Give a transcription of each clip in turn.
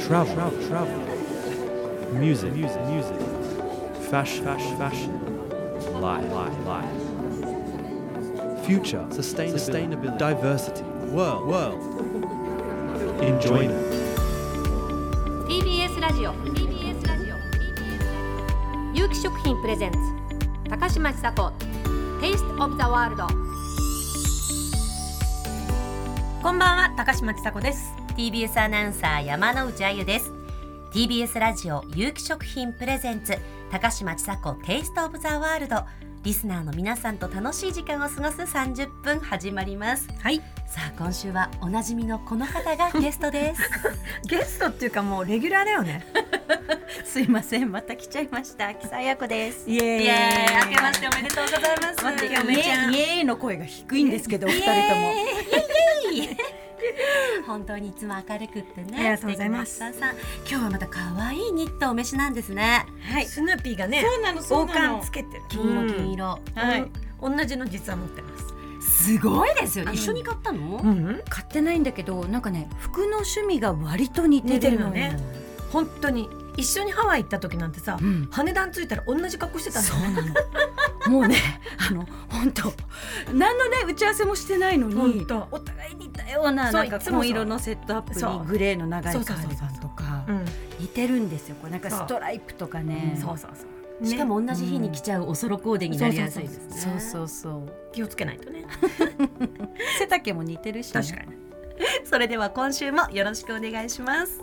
travel, travel, travel. Music, music, music. Fashion, fashion, fashion. Life, life, life. Future, sustainability, diversity, world, world. Enjoyment. TBS ラジオ TBS ラジオ TBS 有機食品プレゼンツ高嶋ちさ子 Taste of the World こんばんは高嶋ちさ子です TBS アナウンサー山之内あゆです TBS ラジオ有機食品プレゼンツ高嶋ちさ子テイストオブザワールドリスナーの皆さんと楽しい時間を過ごす30分始まりますはいさあ今週はおなじみのこの方がゲストですゲスト っていうかもうレギュラーだよねすいませんまた来ちゃいました木さや子ですイエーイイエーイ明けましておめでとうございます待ってイエ嫁ちゃんーイイエーイの声が低いんですけどお二人ともイエーイイエーイ本当にいつも明るくってあねりがとうございます素敵なお母さん今日はまた可愛いニットをお召しなんですねはいスヌーピーがねそうなのそう王なの冠つけてる金色金色、はい同じの実は持ってますすごいですよねあの一緒に買ったの、ん買ってないんだけどなんかね服の趣味が割と似て似てるるののよね本当に一緒にハワイ行った時なんてさうん、羽田に着いたら同じ格好してたんだそようねなのもうねあの本当何のね打ち合わせもしてないの本に当お互い似たようなそうなんかいつもそう紺色のセットアップそうにグレーの長いそうカーそうそうそうディガンとかん似てるんですよこれなんかそうストライプとかねそうそうそう、しかも同じ日に着ちゃうおそろコーデになりやすいですねそうそううそう気をつけないとね背丈も似てるし、ね、確かにそれでは今週もよろしくお願いします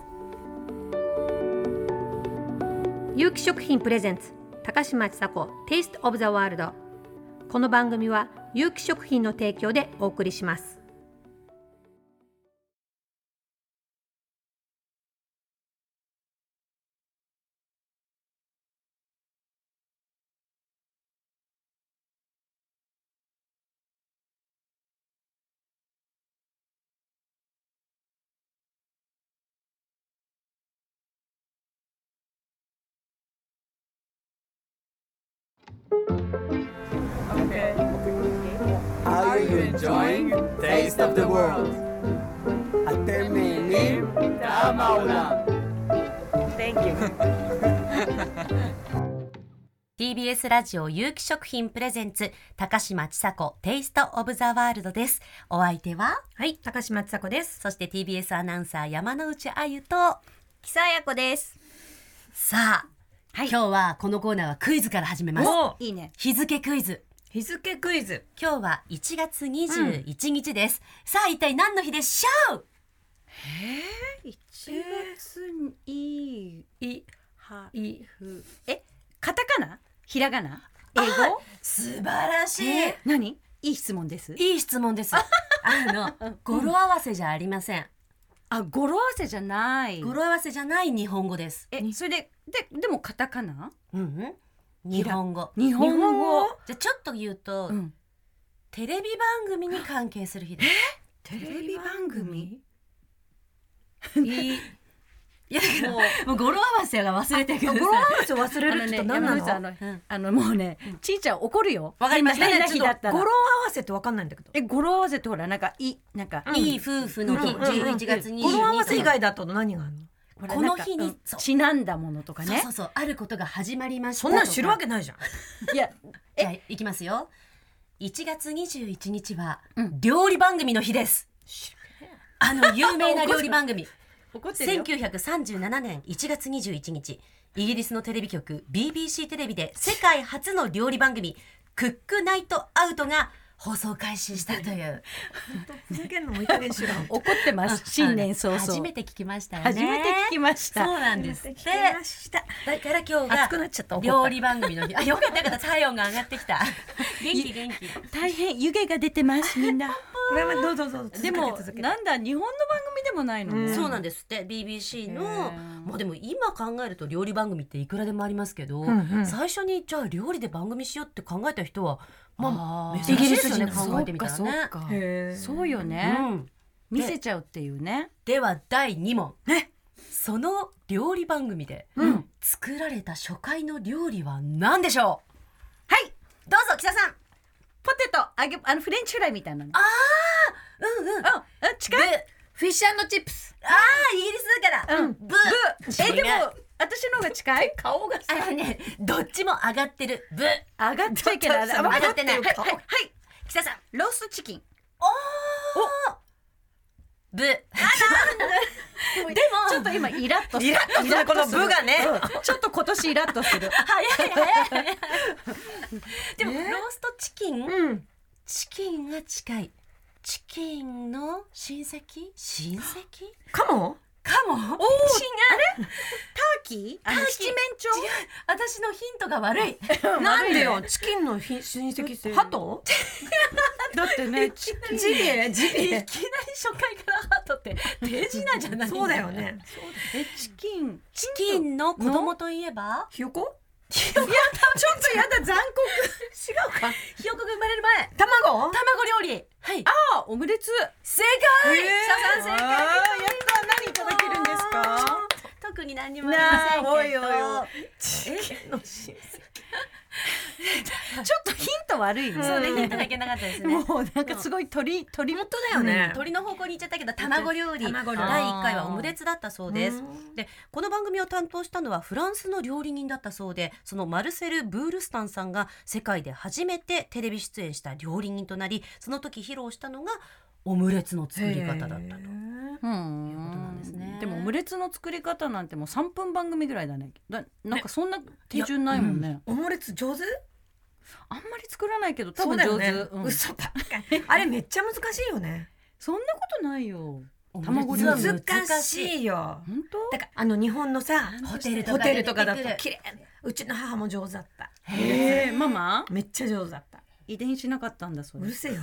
有機食品プレゼンツ高嶋ちさ子テイストオブザワールドこの番組は有機食品の提供でお送りしますね TBS ラジオ有機食品プレゼンツ高嶋ちさ子テイストオブザワールドですお相手ははい高嶋ちさ子ですそして TBS アナウンサー山之内あゆと木さや子ですさあ、今日はこのコーナーはクイズから始めますおいいね日付クイズ日付クイズ今日は1月21日です、さあ一体何の日でしょう1月にいいふえカタカナひらがな英語素晴らしい、えー何いい質問ですいい質 問です。あの語呂合わせじゃありません。あ語呂合わせじゃない語呂合わせじゃない日本語です。えそれでででもカタカナうん、うん、日本語。日本語じゃあちょっと言うと、うん、テレビ番組に関係する日です。テレビ番組いやだからもう語呂合わせが忘れてください。ちょっと忘れあのるね人山何な口のさんあ語の、うんあのもうねちいちゃん怒るよわかりました変なち日ょだっったと語ら呂合わせってわかんないんだけどえ語呂合わせってほらなんかいなんか、うんいい夫婦の日、うんうんうん11月22日。語呂合わせ以外だと何があるのほらこの日になんかうんそうちなんだものとかそうねそうそうあることが始まりましたそんなん知るわけけないじゃんいやじゃあいきますよ1月21日はうん料理番組の日です、あの有名な料理番組怒ってるよ1937年1月21日イギリスのテレビ局 BBC テレビで世界初の料理番組「クックナイトアウト」が放送開始したというふざけんのもいい加減しろ怒ってます新年早々初めて聞きましたよね初めて聞きましたそうなんですってしただから今日熱くながっちゃった怒料った理番組の日あよかったよかった体温が上がってき た元気元気大変湯気が出てますみんなこれはどうぞどうぞ続けてでも続けてなんだ日本の番組でもないのうね、んそうなんですって BBC へのーもうでも今考えると料理番組っていくらでもありますけど、んうん最初にじゃあ料理で番組しようって考えた人はまあー珍しいですよねイギリス人考えてみたらそうねかそうかへーそうよね、うん、見せちゃうっていうねでは第2問ねその料理番組でうん作られた初回の料理は何でしょう、はいどうぞ木田さんポテト揚げあのフレンチフライみたいなのうんうんああ近いでフィッシュチップスあーイギリスだから、うんブえでも違う私の方が近い顔があのねどっちも上がってるブ上がっちゃいけないちょっとあ上がってないはいはいはい北さんローストチキンブでもちょっと今イラッとイラッとするイラッとするこの部がねうんちょっと今年イラッとする早い早いでも、ローストチキン、うんチキンが近いチキンの親戚親戚かもかもおー違うターキーあのターキー七面鳥私のヒントが悪いなんでよチキンのひ親戚ってハトだってねチキンジビエジいきなり初回からハートって手品じゃないんそうだよねえチキンチキンの子供といえばひよこちょっとやだ残酷ひよこが生まれる前卵卵料理はいあオムレツ正え解ー北さんあーや正解った何いただけるんですか特に何にもありませんけどなあおいおいチキンの親戚ちょっとヒント悪いねそうねヒントだけなかったですねもうなんかすごい鳥鳥本当だよね鳥の方向に行っちゃったけど卵料理卵料理第1回はオムレツだったそうですでこの番組を担当したのはフランスの料理人だったそうでそのマルセル・ブールスタンさんが世界で初めてテレビ出演した料理人となりその時披露したのがオムレツの作り方だったと。うんいうことなんですねでもオムレツの作り方なんてもう3分番組ぐらいだねだなんかそんな手順ないもんねオムレツ上手あんまり作らないけど多そう分だ上よ手ねそ,、うん、嘘ばっかりあれめっちゃ難しいよねそんなことないよオ卵ムレ料ツ理は難しいよ本だからあの日本のさホテルとホかテで出てくるルとかだと綺麗なうちの母も上手だった当へえママめっちゃ上手だった遺伝しなかったんだそうれるせえよ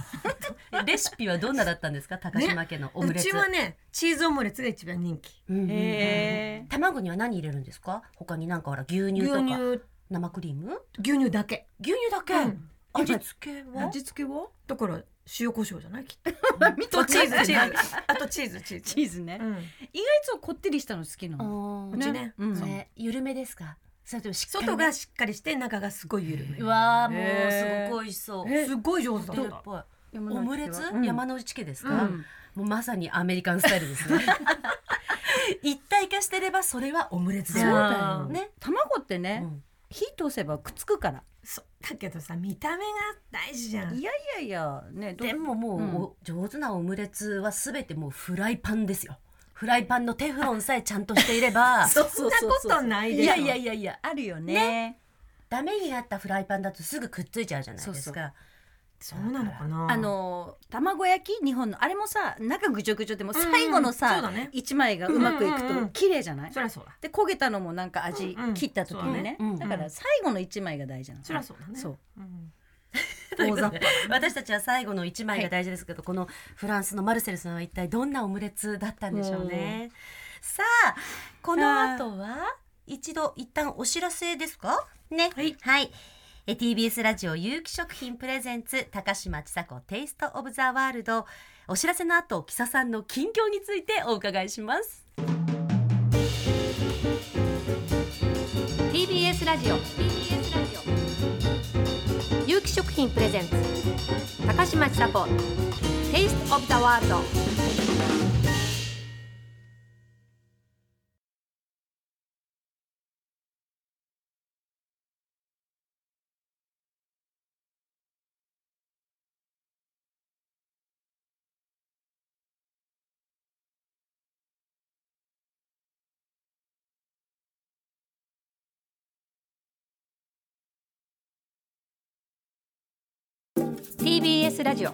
レシピはどんなだったんですか高島家のオムうレツ。ちはねチーズオムレツが一番人気うんうんへえ卵には何入れるんですか他になんかほら牛乳牛と乳か生クリーム牛乳だけ牛乳だけ、うん味付けは味付けはだから塩コショウじゃないきっと見 とチーズチーズあとチーズチーズチーズねうん意外とこってりしたの好きなのおうーちねうんそれ緩めですかそれともしっかりめ外がしっかりして中がすごい緩うめわーもうへーすごく美味しそうえすごい上手ホだテルっったぽいオ山の内はムレツ、うん山の内家ですうか、んもうまさにアメリカンスタイルですね一体化してればそれはオムレツそうだだよよねね卵ってうねん火通せばくっつくからそうだけどさ見た目が大事じゃんいやいやいやねどうでももう、うんお上手なオムレツはすべてもうフライパンですよフライパンのテフロンさえちゃんとしていれば そうそうそうそうそんなことないでいしょやいやいやいやあるよねダメになったフライパンだとすぐくっついちゃうじゃないですかそうなのかなあの卵焼き日本のあれもさ中ぐちょぐちょでも最後のうんうんそさうだね一枚がうまくいくうんうんとうん綺麗じゃないそりゃそうだで焦げたのもなんか味うんうん切った時にねそうだねうんだから最後の一枚が大事なのそりゃそうだねそううん大雑把私たちは最後の一枚が大事ですけど、このフランスのマルセルさんは一体どんなオムレツだったんでしょうねさあこの後は一度一旦お知らせですかねはい、え TBS ラジオ有機食品プレゼンツ高嶋ちさ子テイストオブザワールドお知らせの後木佐さんの近況についてお伺いします TBS ラジオ TBS ラジオ有機食品プレゼンツ高嶋ちさ子テイストオブザワールドうん TBS ラジオ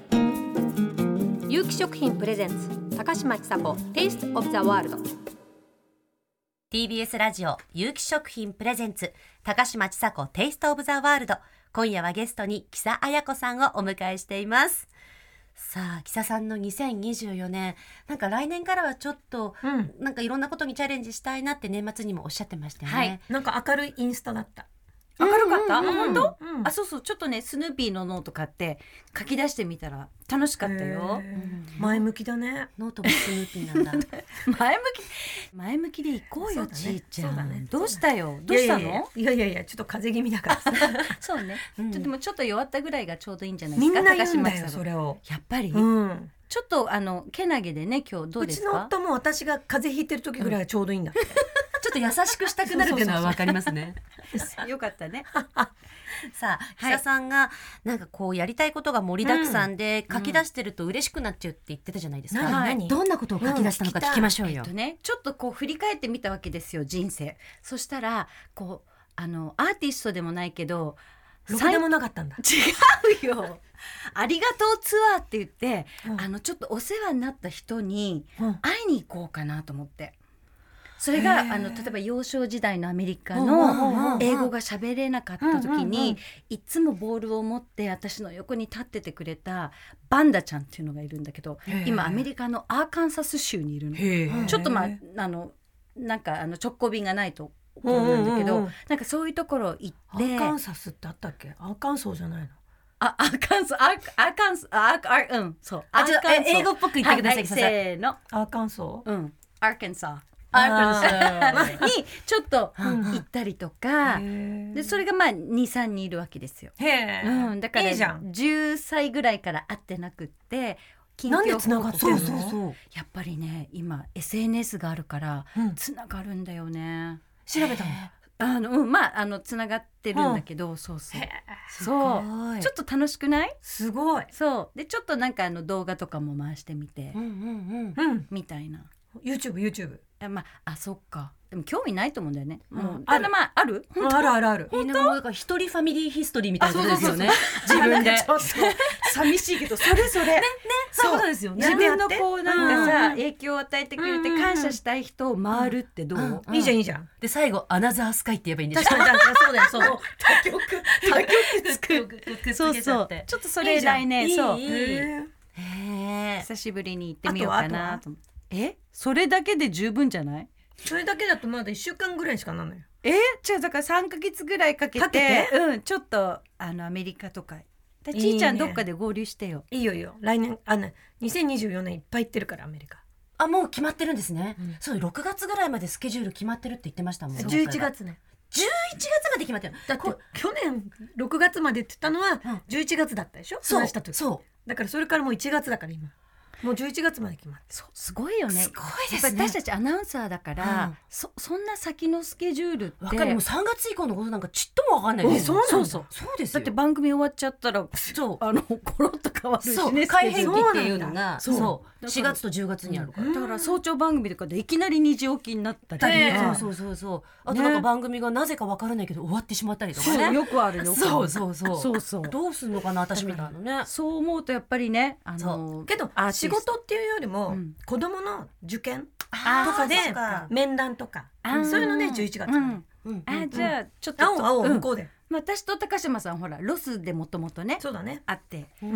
有機食品プレゼンツ高嶋ちさ子テイストオブザワールド TBS ラジオ有機食品プレゼンツ高嶋ちさ子テイストオブザワールド今夜はゲストに木佐彩子さんをお迎えしていますさあ木佐さんの2024年なんか来年からはちょっとうんなんかいろんなことにチャレンジしたいなって年末にもおっしゃってましたよね、はいなんか明るいインスタだった明るかったあうん本当うんあそうそうちょっとねスヌーピーのノート買って書き出してみたら楽しかったよへー前向きだねノートもスヌーピ ーなんだ 前向き前向きで行こうそようだねちいちゃそうだねんどうしたよどうしたいやいやいやのいやいやいやちょっと風邪気味だからさそうねうんちょっともうちょっと弱ったぐらいがちょうどいいんじゃないで すみんかな高言うん島だよさそれをやっぱりうんちょっとあのけなげでね今日どううでちすのか夫も私が風邪ひいてる時ぐらいがちょうどいいんだ。ちょっと優しくしたくなるっていうのはわかりますね。よか ったねさあ、久田さんがなんかこうやりたいことが盛りだくさんで、書き出してると嬉しくなっちゃうって言ってたじゃないですか。何はい何どんなことを書き出したのか聞きましょうよ。とねちょっとこう振り返ってみたわけですよ人生そしたらこうあのアーティストでもないけどろくでもなかったんだ。違うよありがとうツアーって言って、うんあのちょっとお世話になった人にうん会いに行こうかなと思ってそれがあの例えば幼少時代のアメリカうんうんうんうのん英語が喋れなかった時うんうんうんにいつもボールを持って私の横に立っててくれたバンダちゃんっていうのがいるんだけどへー今アメリカのアーカンサス州にいるの。うんちょっとまへああのなんかあの直行便がないところなんだけど、うんうんうんなんかそういうところ行アってーカンサスってあったっけ？アーカンソーじゃないの。あアーカンソーアーアーカンソーアーアーうんそうあ、ちょっとアーカンソーえ英語っぽく言ってください。は久田さんせーのアーカンソー。うんアーカンソあやっぱりそうーにちょっとうんうん行ったりとか、ででそれがまあ23人いるわけですよ、へえ。うん、だからいいじゃん。 10歳ぐらいから会ってなくって近況なんで繋がってんの？報告やっぱりね今 SNS があるからうんつながるんだよね調べたの。あの、うん、まああのつながってるんだけど、そうそうそううちょっと楽しくないすごい。そうでちょっとなんかあの動画とかも回してみて、うんうんうん。みたいな YouTube YouTube。あまああそっかでも興味ないと思うんだよね、もううんただまああるうんあるあるある。うん。みんなもうだから一人ファミリーヒストリーみたいなことですよね。自分で。寂しいけどそれそれ。そういうことですよね。自分のこうなんかさ、うん影響を与えてくれて感謝したい人を回るってどう、うんいいじゃんいいじゃん。で最後アナザースカイって言えばいいんです確よ。かに確かにそうだよそうだよ。他局くっつけちゃって。ちょっとそれ来年いいじゃそんういいへーへえ。久しぶりに行ってみようかあとはあなとと思ってえそれだけで十分じゃないそれだけだとまだ一週間ぐらいしかなんないよ。えじゃあだから3か月ぐらいかけてかけてうん、ちょっとあのアメリカとかだからいいちねいちゃんどっかで合流してよいいよいいよ。来年あの2024年いっぱい行ってるからアメリカ。あもう決まってるんですねうん。そう6月ぐらいまでスケジュール決まってるって言ってましたもん。 11。月ね。 11月まで決まってる。だって去年6月までって言ったのは11月だったでしょ、そう話した時そうだからそれからもう1月だから今もう11月まで決まってそうすごいよねすごいですねやっぱ私たちアナウンサーだから、うんそそんな先のスケジュールってわかるもう3月以降のことなんかちっともわかんないですえそうなんだそうそうそうですだよって番組終わっちゃったらそうあのコロッと変わるしそうね改スケジ変ュー期ルっていうのがそうそうだから4月と10月にあるから、だから早朝番組とかでいきなり二時起きになったりね、ねそうそうそうそうあとなんか番組がなぜかわからないけど終わってしまったりとかそうねよくあるよそうそうそうそうそうどうすんのかな私みたいなねそう思うとやっぱりねあそのけどアーティス仕事っていうよりもうん子供の受験あとかでそうか面談とかあーそういうのね11月まで、うんうんあじゃあちょっと青青うん向こうで、まあ私と高島さんほらロスでもともとねそうだねあってうん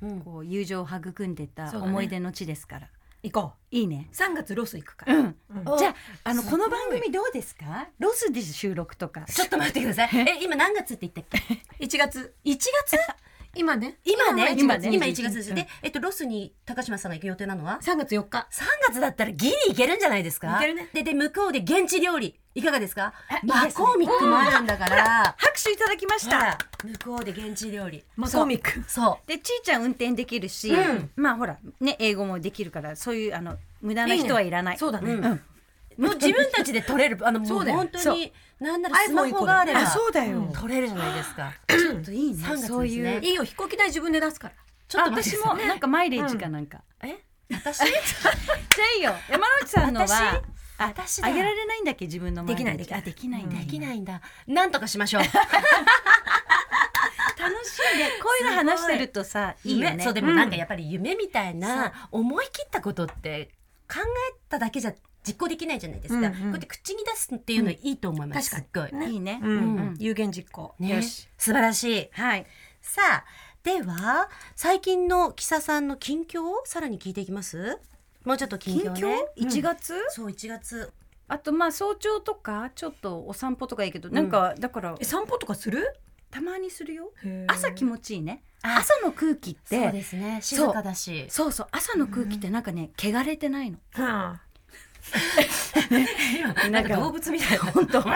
うんうんこう友情を育んでたそうだね思い出の地ですから、行こいいねう3月ロス行くから、うんうんあじゃああのすこごいの番組どうですかロスで収録とかちょっと待ってくださいえ今何月って言ったっけ1月1月 今ね今ね今ね今1月です、うんでえっとロスに高島さんが行く予定なのは3月4日3月だったらギリ行けるんじゃないですかいけるねでで向こうで現地料理いかがですかあいいですマねコーミックもあるんだから、拍手いただきましほたら向こうで現地料理マコミックそうでちいちゃん運転できるし、うんまあほらね英語もできるからそういうあの無駄な人はいらないそうだね、うんもう自分たちで取れるあのもそううだよ本当になんなら iPhone スマホがあれば一個であそうだよん取れるじゃないですかちょっといいね3月そうですいうねいいよ飛行機代自分で出すからちょっあと待ってく私だもさいなんかマイレージかなんか、え私 じゃあいいよ山之内さんのはあ私だあげられないんだっけ自分のマイレージできないできないあできないんだ、できないんだなんとかしましょう楽しいねこういうの話してるとさいいよねそうでもなんかやっぱり夢みたいな思い切ったことって考えただけじゃ実行できないじゃないですか、うんうんこうやって口に出すっていうのいいと思います、うん確かにいいね、うんうん有言実行、ね、素晴らしいはいさあでは最近のキサさんの近況をさらに聞いていきますもうちょっと近況ね1月、そう1月あとまあ早朝とかちょっとお散歩とかいいけど、なんかだからえ散歩とかするたまにするよへー朝気持ちいいねあ朝の空気ってそうですね静かだしそうそう朝の空気ってなんかね汚れて ないのはあなんか動物みたいな本当本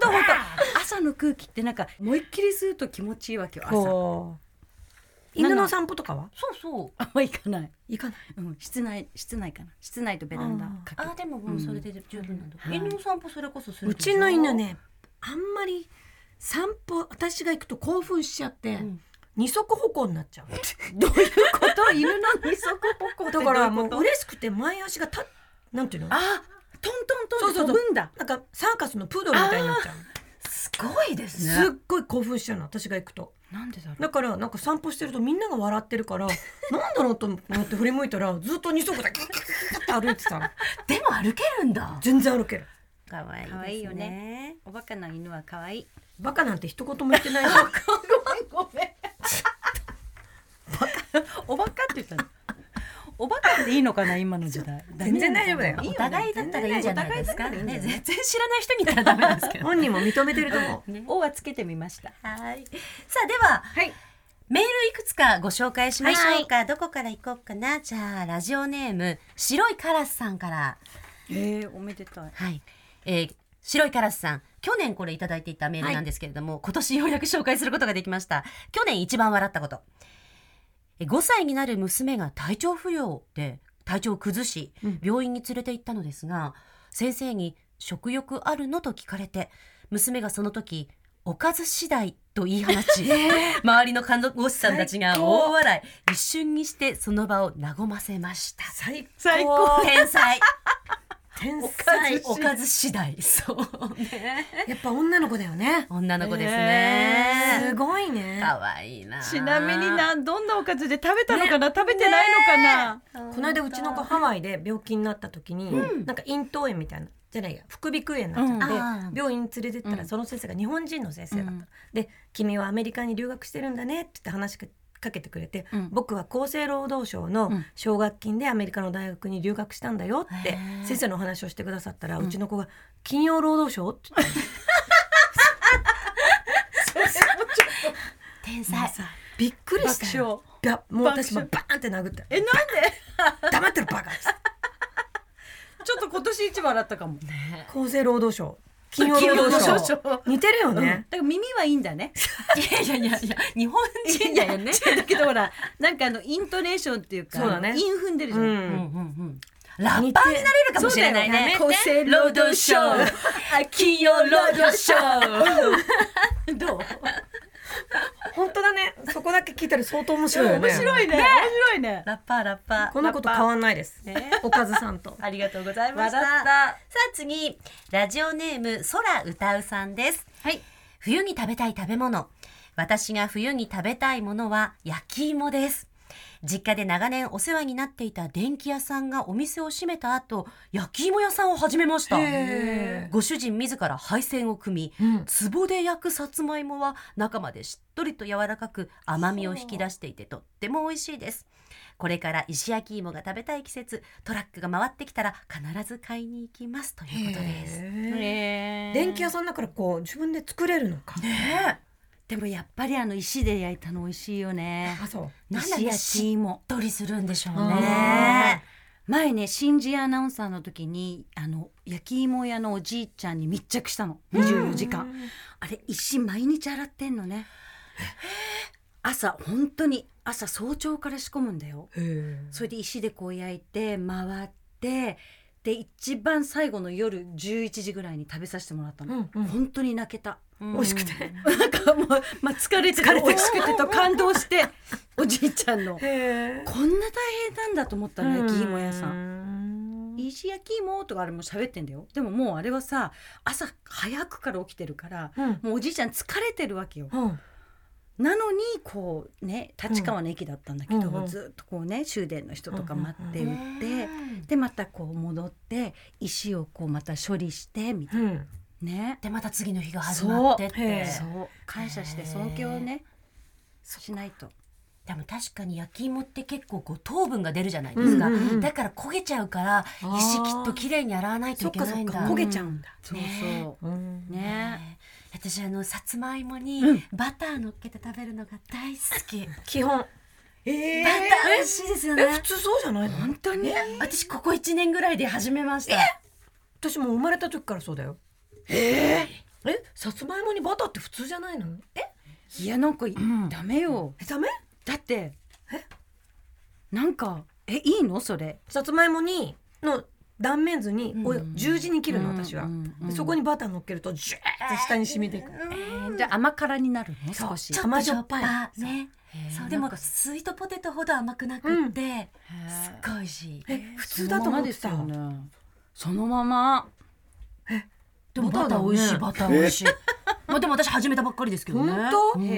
当本当朝の空気ってなんか思いっきり吸うと気持ちいいわけよ朝こう犬の散歩とかはそうそうあんま行かない、行かないうん、室内室内かな室内とベランダかけあでももうそれで十分なんだ、うん犬の散歩それこそするうでしょちの犬ねあんまり散歩私が行くと興奮しちゃって、ん二足歩行になっちゃう どういうこと犬の二足歩行ってどういだうことからもう嬉しくて前足がたなんていうのなあトントントンそうってそうそう飛ぶんだんかサーカスのプードルみたいになっちゃうすごいですすっごい興奮しちゃうの私が行くとなんでだろだからなんか散歩してるとみんなが笑ってるからなんだろうと思って振り向いたらずっと二足でキュッキュッキュッキュッって歩いてたのうでも歩けるんだ全然歩けるかわいいです可愛いよねおバカな犬は可愛いバカなんて一言も言ってないのおバカって言ったのおバカでいいのかな今の時代全然大丈夫だよダメなのおかな互いだったらいいんじゃないですかお互だったらいいんだねよ全然知らない人に言ったらダメなんですけど 本人も認めてると思う O はつけてみましたはいさあでは、はいメールいくつかご紹介しましょうか、どこから行こうかなじゃあラジオネーム白いカラスさんからえー、おめでたいはい、えー白いカラスさん去年これいただいていたメールなんですけれども、今年ようやく紹介することができました去年一番笑ったことえー5歳になる娘が体調不良で体調を崩し病院に連れて行ったのですが、先生に「食欲あるの?」と聞かれて娘がその時「おかず次第」と言い放ち、 周りの看護師さんたちが大笑い一瞬にしてその場を和ませました最最高天才天才おかず次第そうねやっぱ女の子だよね女の子ですすねごいね可愛いなちなみになどんなおかずで食べたのかな、食べてないのかな、この間うちの子ハワイで病気になった時に、なんか咽頭炎みたいなじゃないや副鼻腔炎になっちゃって、うんあー病院に連れてったらその先生が日本人の先生だった、うんで「君はアメリカに留学してるんだね」って言って話しかけてくれて、うん僕は厚生労働省うのん奨学金でアメリカの大学に留学したんだよってへー先生のお話をしてくださったら、うちの子が「金曜労働省?」って言って天もう才さびっくりしたよ爆笑いやもう私もバーンって殴ってえなんで 黙ってる バカちょっと今年一番だったかも厚生労働省金曜労金曜労働働省省似てるよだね、から耳はいいんだ ね。いやいやいやいや日本人だよね違うだけどほら、なんかあのイントネーションっていうか、そうだね韻踏んでるじゃ。うんうんんうんうんラッパーになれるかもしれないねそうだよ厚生労 働省金曜労働省どう？本当だねそこだけ聞いたら相当面白いよね面白いね。面白いね。ラッパーラッパーこの子と変わんないです、おかずさんとありがとうございました。笑っさたあ次、ラジオネーム、空歌うさんです。はい冬に食べたい食べ物。私が冬に食べたいものは焼き芋です。実家で長年お世話になっていた電気屋さんがお店を閉めた後、焼き芋屋さんを始めました。ご主人自ら配線を組み、壺で焼くさつまいもは中までしっとりと柔らかく甘みを引き出していてとっても美味しいです。これから石焼き芋が食べたい季節、トラックが回ってきたら必ず買いに行きますということです。え電気屋さんだからこう自分で作れるのか、でもやっぱりあの石で焼いたの美味しいよね。あそうなんだ石焼き芋。どりするんでしょうねね。前ね新人アナウンサーの時にあの焼き芋屋のおじいちゃんに密着したの24時間あれ石毎日洗ってんのね朝本当に朝早朝から仕込むんだよそれで石でこう焼いて回ってで一番最後の夜11時ぐらいに食べさせてもらったの、うんうん本当に泣けた美美味しくて、なんかもう、まあ、疲れてて美味しくてと感動しておじいちゃんのこへんな大変なんだと思ったの焼き芋屋さんん石焼き芋とかあれも喋ってんだよでももうあれはさ朝早くから起きてるからうんもうおじいちゃん疲れてるわけようんなのにこうね立川の駅だったんだけど、うんうんずっとこうね終電の人とか待ってうん売って、でまたこう戻って石をこうまた処理してみたいうんなねでまた次の日が始まってっそうへえて。そう感謝して尊敬をねしないとでも確かに焼き芋って結構こう糖分が出るじゃないですか。うんうんうんだから焦げちゃうからー石きっと綺麗に洗わないといけないんだ。そっかそっか焦げちゃうんだ、そうそうんうねね私あのさつまいもにバター乗っけて食べるのが大好き。バ基本ええター美味しいですよえ普ね。通そうじゃないの本当に 私ここ一年ぐらいで始めました。私もう生まれた時からそうだよえええさつまいもにバターって普通じゃないのいやなんかい、ダメよえダメだってなんかえいいのそれさつまいもにの断面図に、お十字に切るの私は、うんうんうんでそこにバター乗っけるとジューって下に染みていく、じゃあ甘辛になるの少しちょっとしょっぱいあねへーそうでなもんかスイートポテトほど甘くなくって、すっごい美味しいえ普通だと思ってたそのままですよねそのままでもバター美味しいバター美味しいまあでも私始めたばっかりですけどね本当、うん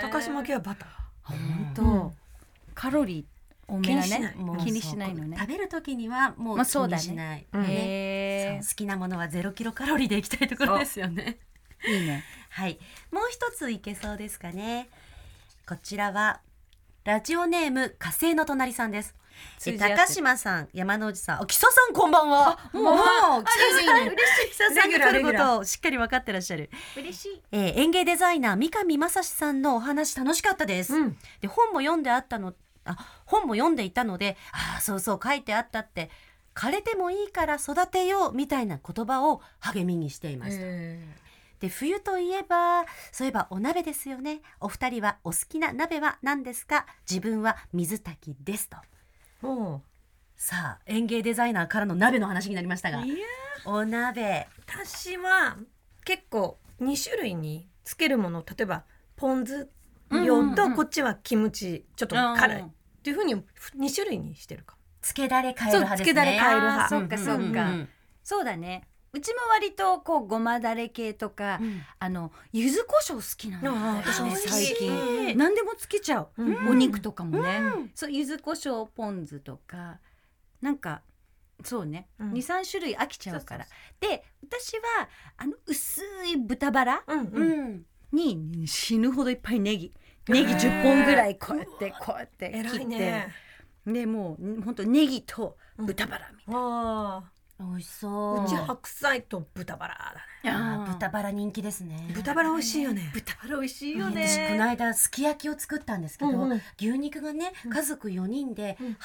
高島家はバター本当カロリー多めだ気にしなねいもう気にしないのそうね食べる時にはもうまあ気そうだにねしない、うんねへそう好きなものはゼロキロカロリーでいきたいところですよねえいいねはい、もう一ついけそうですかね。こちらはラジオネーム火星の隣さんです。通えじ合ってる高島さん、山之内さん、あ、木曽さんこんばんは。もう、木 曽さん、嬉しい。木曽さんが来ることをしっかり分かってらっしゃる。嬉しいえー園芸デザイナー三上正史さんのお話楽しかったです、うんで本も読んであったのあ本も読んでいたのでああそうそう書いてあったって枯れてもいいから育てようみたいな言葉を励みにしていました、で冬といえばそういえばお鍋ですよねお二人はお好きな鍋は何ですか自分は水炊きですともさあ園芸デザイナーからの鍋の話になりましたがお鍋う私は結構二種類につけるもの例えばポン酢用と、こっちはキムチちょっと辛いっていうふうに二種類にしてるかつけだれ変える派ですねそうつけだれ変える派あーそっかそっかんんんそうだねうちも割とこうごまだれ系とか、うんあの柚子胡椒好きなの、あー私もね好き最近何でもつけちゃう、うんお肉とかもね、そう柚子胡椒ポン酢とかなんかそうね、うん二三23種類飽きちゃうからで私はあの薄い豚バラら、うんううんんに死ぬほどいっぱいネギネギ10本ぐらいこうやってこうやって偉切いって、ねでもう本当ネギと豚バラみあ美味しそうあうち白菜と豚バラだねたいな、あー豚バラ人気ですね豚バラ美味しいよね豚バラ美味しいよね私この間すき焼きを作ったんですけど、うんうん牛肉がね家族4人でうん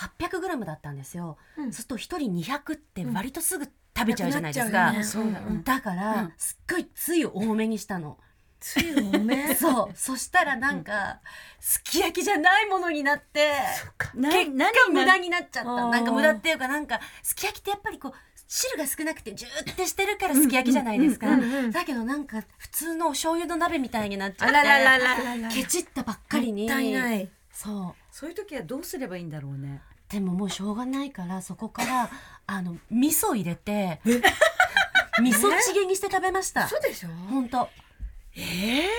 800g だったんですよ、うんそうすると1人200って割とすぐ食べちゃうじゃないですなか、くなっちゃうよねうんだから、うんすっごいつゆ多めにした のつゆ多めそうそしたらなんかすき焼きじゃないものになってな結果何無な駄になっちゃったあーなんか無駄っていうかなんかすき焼きってやっぱりこう汁が少なくてジューってしてるからすき焼きじゃないですか、うんうんうんうんだけどなんか普通のお醤油の鍋みたいになっちゃっあてららららららケチったばっかりにもったいないそうそういう時はどうすればいいんだろうねでももうしょうがないからそこからあの味噌入れて味噌チゲにして食べましたそうでしょ本当ええ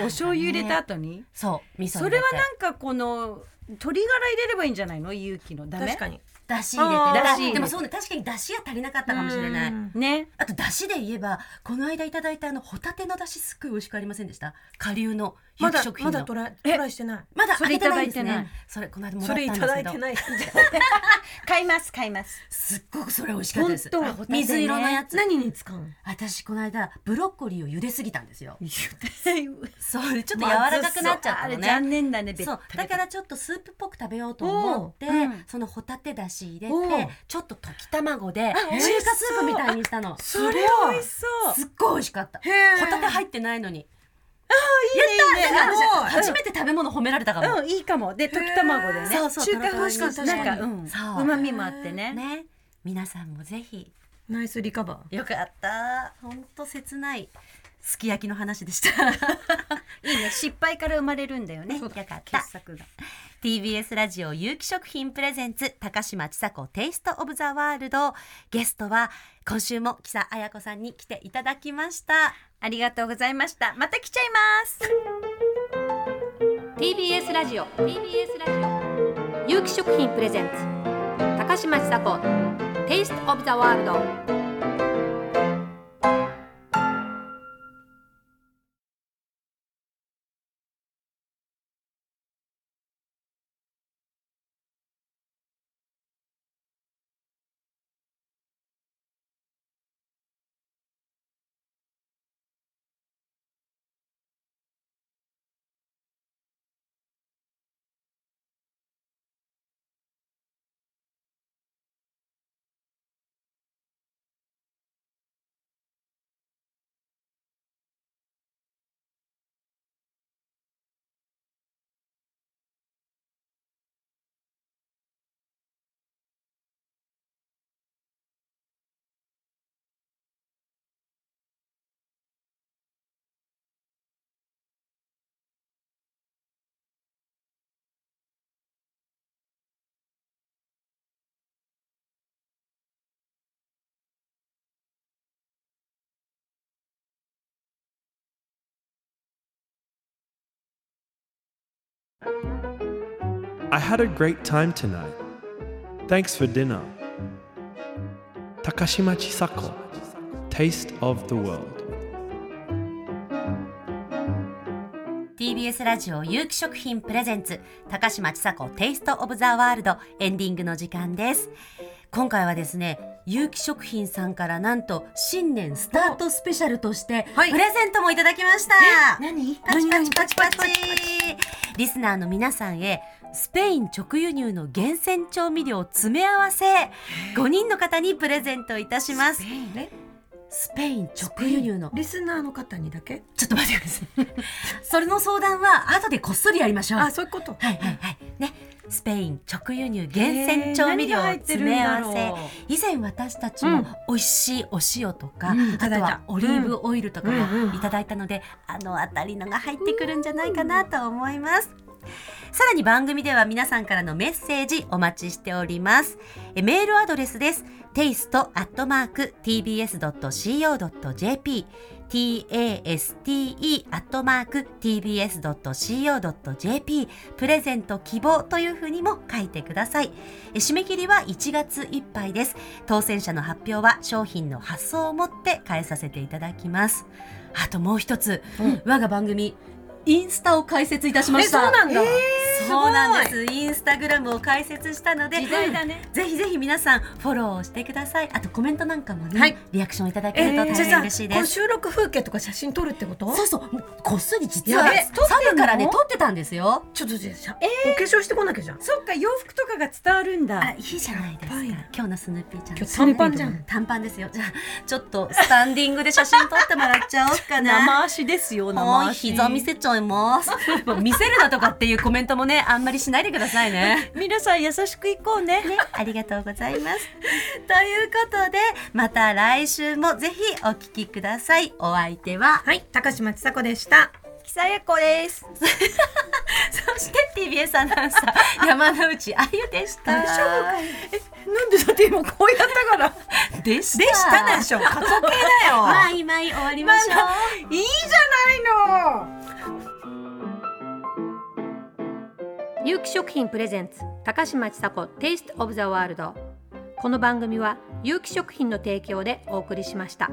お醤油入れた後にそう味噌そ入れれてはなんかこの鶏ガラ入れればいいんじゃないの勇気のダメ確かにだし入れてあーだ出汁入れてでもそうね確かにだしが足りなかったかもしれないうんねあとだしで言えばこの間いただいたあのホタテのだしすっごい美味しくありませんでした下流の有ま機だ食品まだのトライトライしてないまだそ開れけていたなだいでいすてないねそれこの間もらそったれいんたですだけいどて ない買います買い ますすっごくそれ美味しかったです本当あホタテね水色のやつ何に使うの私この間ブロッコリーを茹ですぎたんですよ そうちょっと柔まずそらうかくなっちゃったあのれね残念だねそうだからちょっとスープっぽく食べようと思って、そのホタテだし入れて、おうちょっと溶き卵で中華美味しそうスープみたいにしたのすそれ美味しそうっごい美味しかったへえホタテ入ってないのにいいね初めて食べ物褒められたかも、うんいいかもで溶き卵でねそうそう中華風しかとろとろなにんかうんそううまみもあってねね皆さんもぜひナイスリカバーよかったほんと切ないすき焼きの話でした いいね失敗から生まれるんだよねねよかった傑作が TBS ラジオ有機食品プレゼンツ高嶋ちさ子テイストオブザワールドゲストは今週も木佐彩子さんに来ていただきましたありがとうございましたまた来ちゃいます TBS ラジオ TBS ラジオ有機食品プレゼンツ高嶋ちさ子 Taste of the World I had a great time tonight. Thanks for dinner. Takashima Chisako, Taste of the World. TBS ラジオ有機食品プレゼンツ高嶋ちさ子テイストオブザワールドエンディングの時間です今回はですね有機食品さんからなんと新年スタートスペシャルとしてプはいレゼントもいただきました、何パチパチパチパチリスナーの皆さんへスペイン直輸入の厳選調味料詰め合わせ5人の方にプレゼントいたしますねスペイン直輸入のリスナーの方にだけちょっと待ってください それの相談は後でこっそりやりましょうあそういうことはいはいはい。ね。スペイン直輸入厳選調味料を詰め合わえー何が入ってるんだろうせ以前私たちも美味しいお塩とか、うんいあただといたはオリーブオイルとかうんうもんいただいたので、あのあたりのが入ってくるんじゃないかなと思います。さらに番組では皆さんからのメッセージお待ちしております。えメールアドレスです。taste.tbs.co.jp taste.tbs.co.jp プレゼント希望というふうにも書いてください。え締め切りは1月いっぱいです。当選者の発表は商品の発送をもって返させていただきます。あともう一つ、我が番組、インスタを開設いたしまえしそた。うなんだ、そうなんです。インスタグラムを開設したので、時代だねぜひぜひ皆さんフォローしてください。あとコメントなんかもね、はいリアクションいただけえると大じ変ゃあ嬉しさいこでのす。収録風景とか写真撮るってことそうそう、こっそり実はやべサブからね撮ってたんですよ。ちょっとじゃあさお化粧してこなきゃじゃんそっか洋服とかが伝わるんあ、だいいじゃないですか。やっぱり今日のスヌーピーちゃん。今日短パンじゃん短パンですよ。じゃあちょっとスタンディングで写真撮ってもらっちゃおうかな。足ですよおい膝見せちゃいます。もう見せるなとかっていうコメントもね、あんまりしないでくださいね。皆さん優しくいこう ねね、ありがとうございます。ということで、また来週もぜひお聞きください。お相手は、はい高嶋ちさ子でした久や子ですそして TBS アナウンサー、山内あゆでした。でなんでだって今こうやったからした。でしたでしょ過去形だよ、まあ、今終わりましょう。いいじゃないの有機食品プレゼンツ高嶋ちさ子テイストオブザワールドこの番組は有機食品の提供でお送りしました。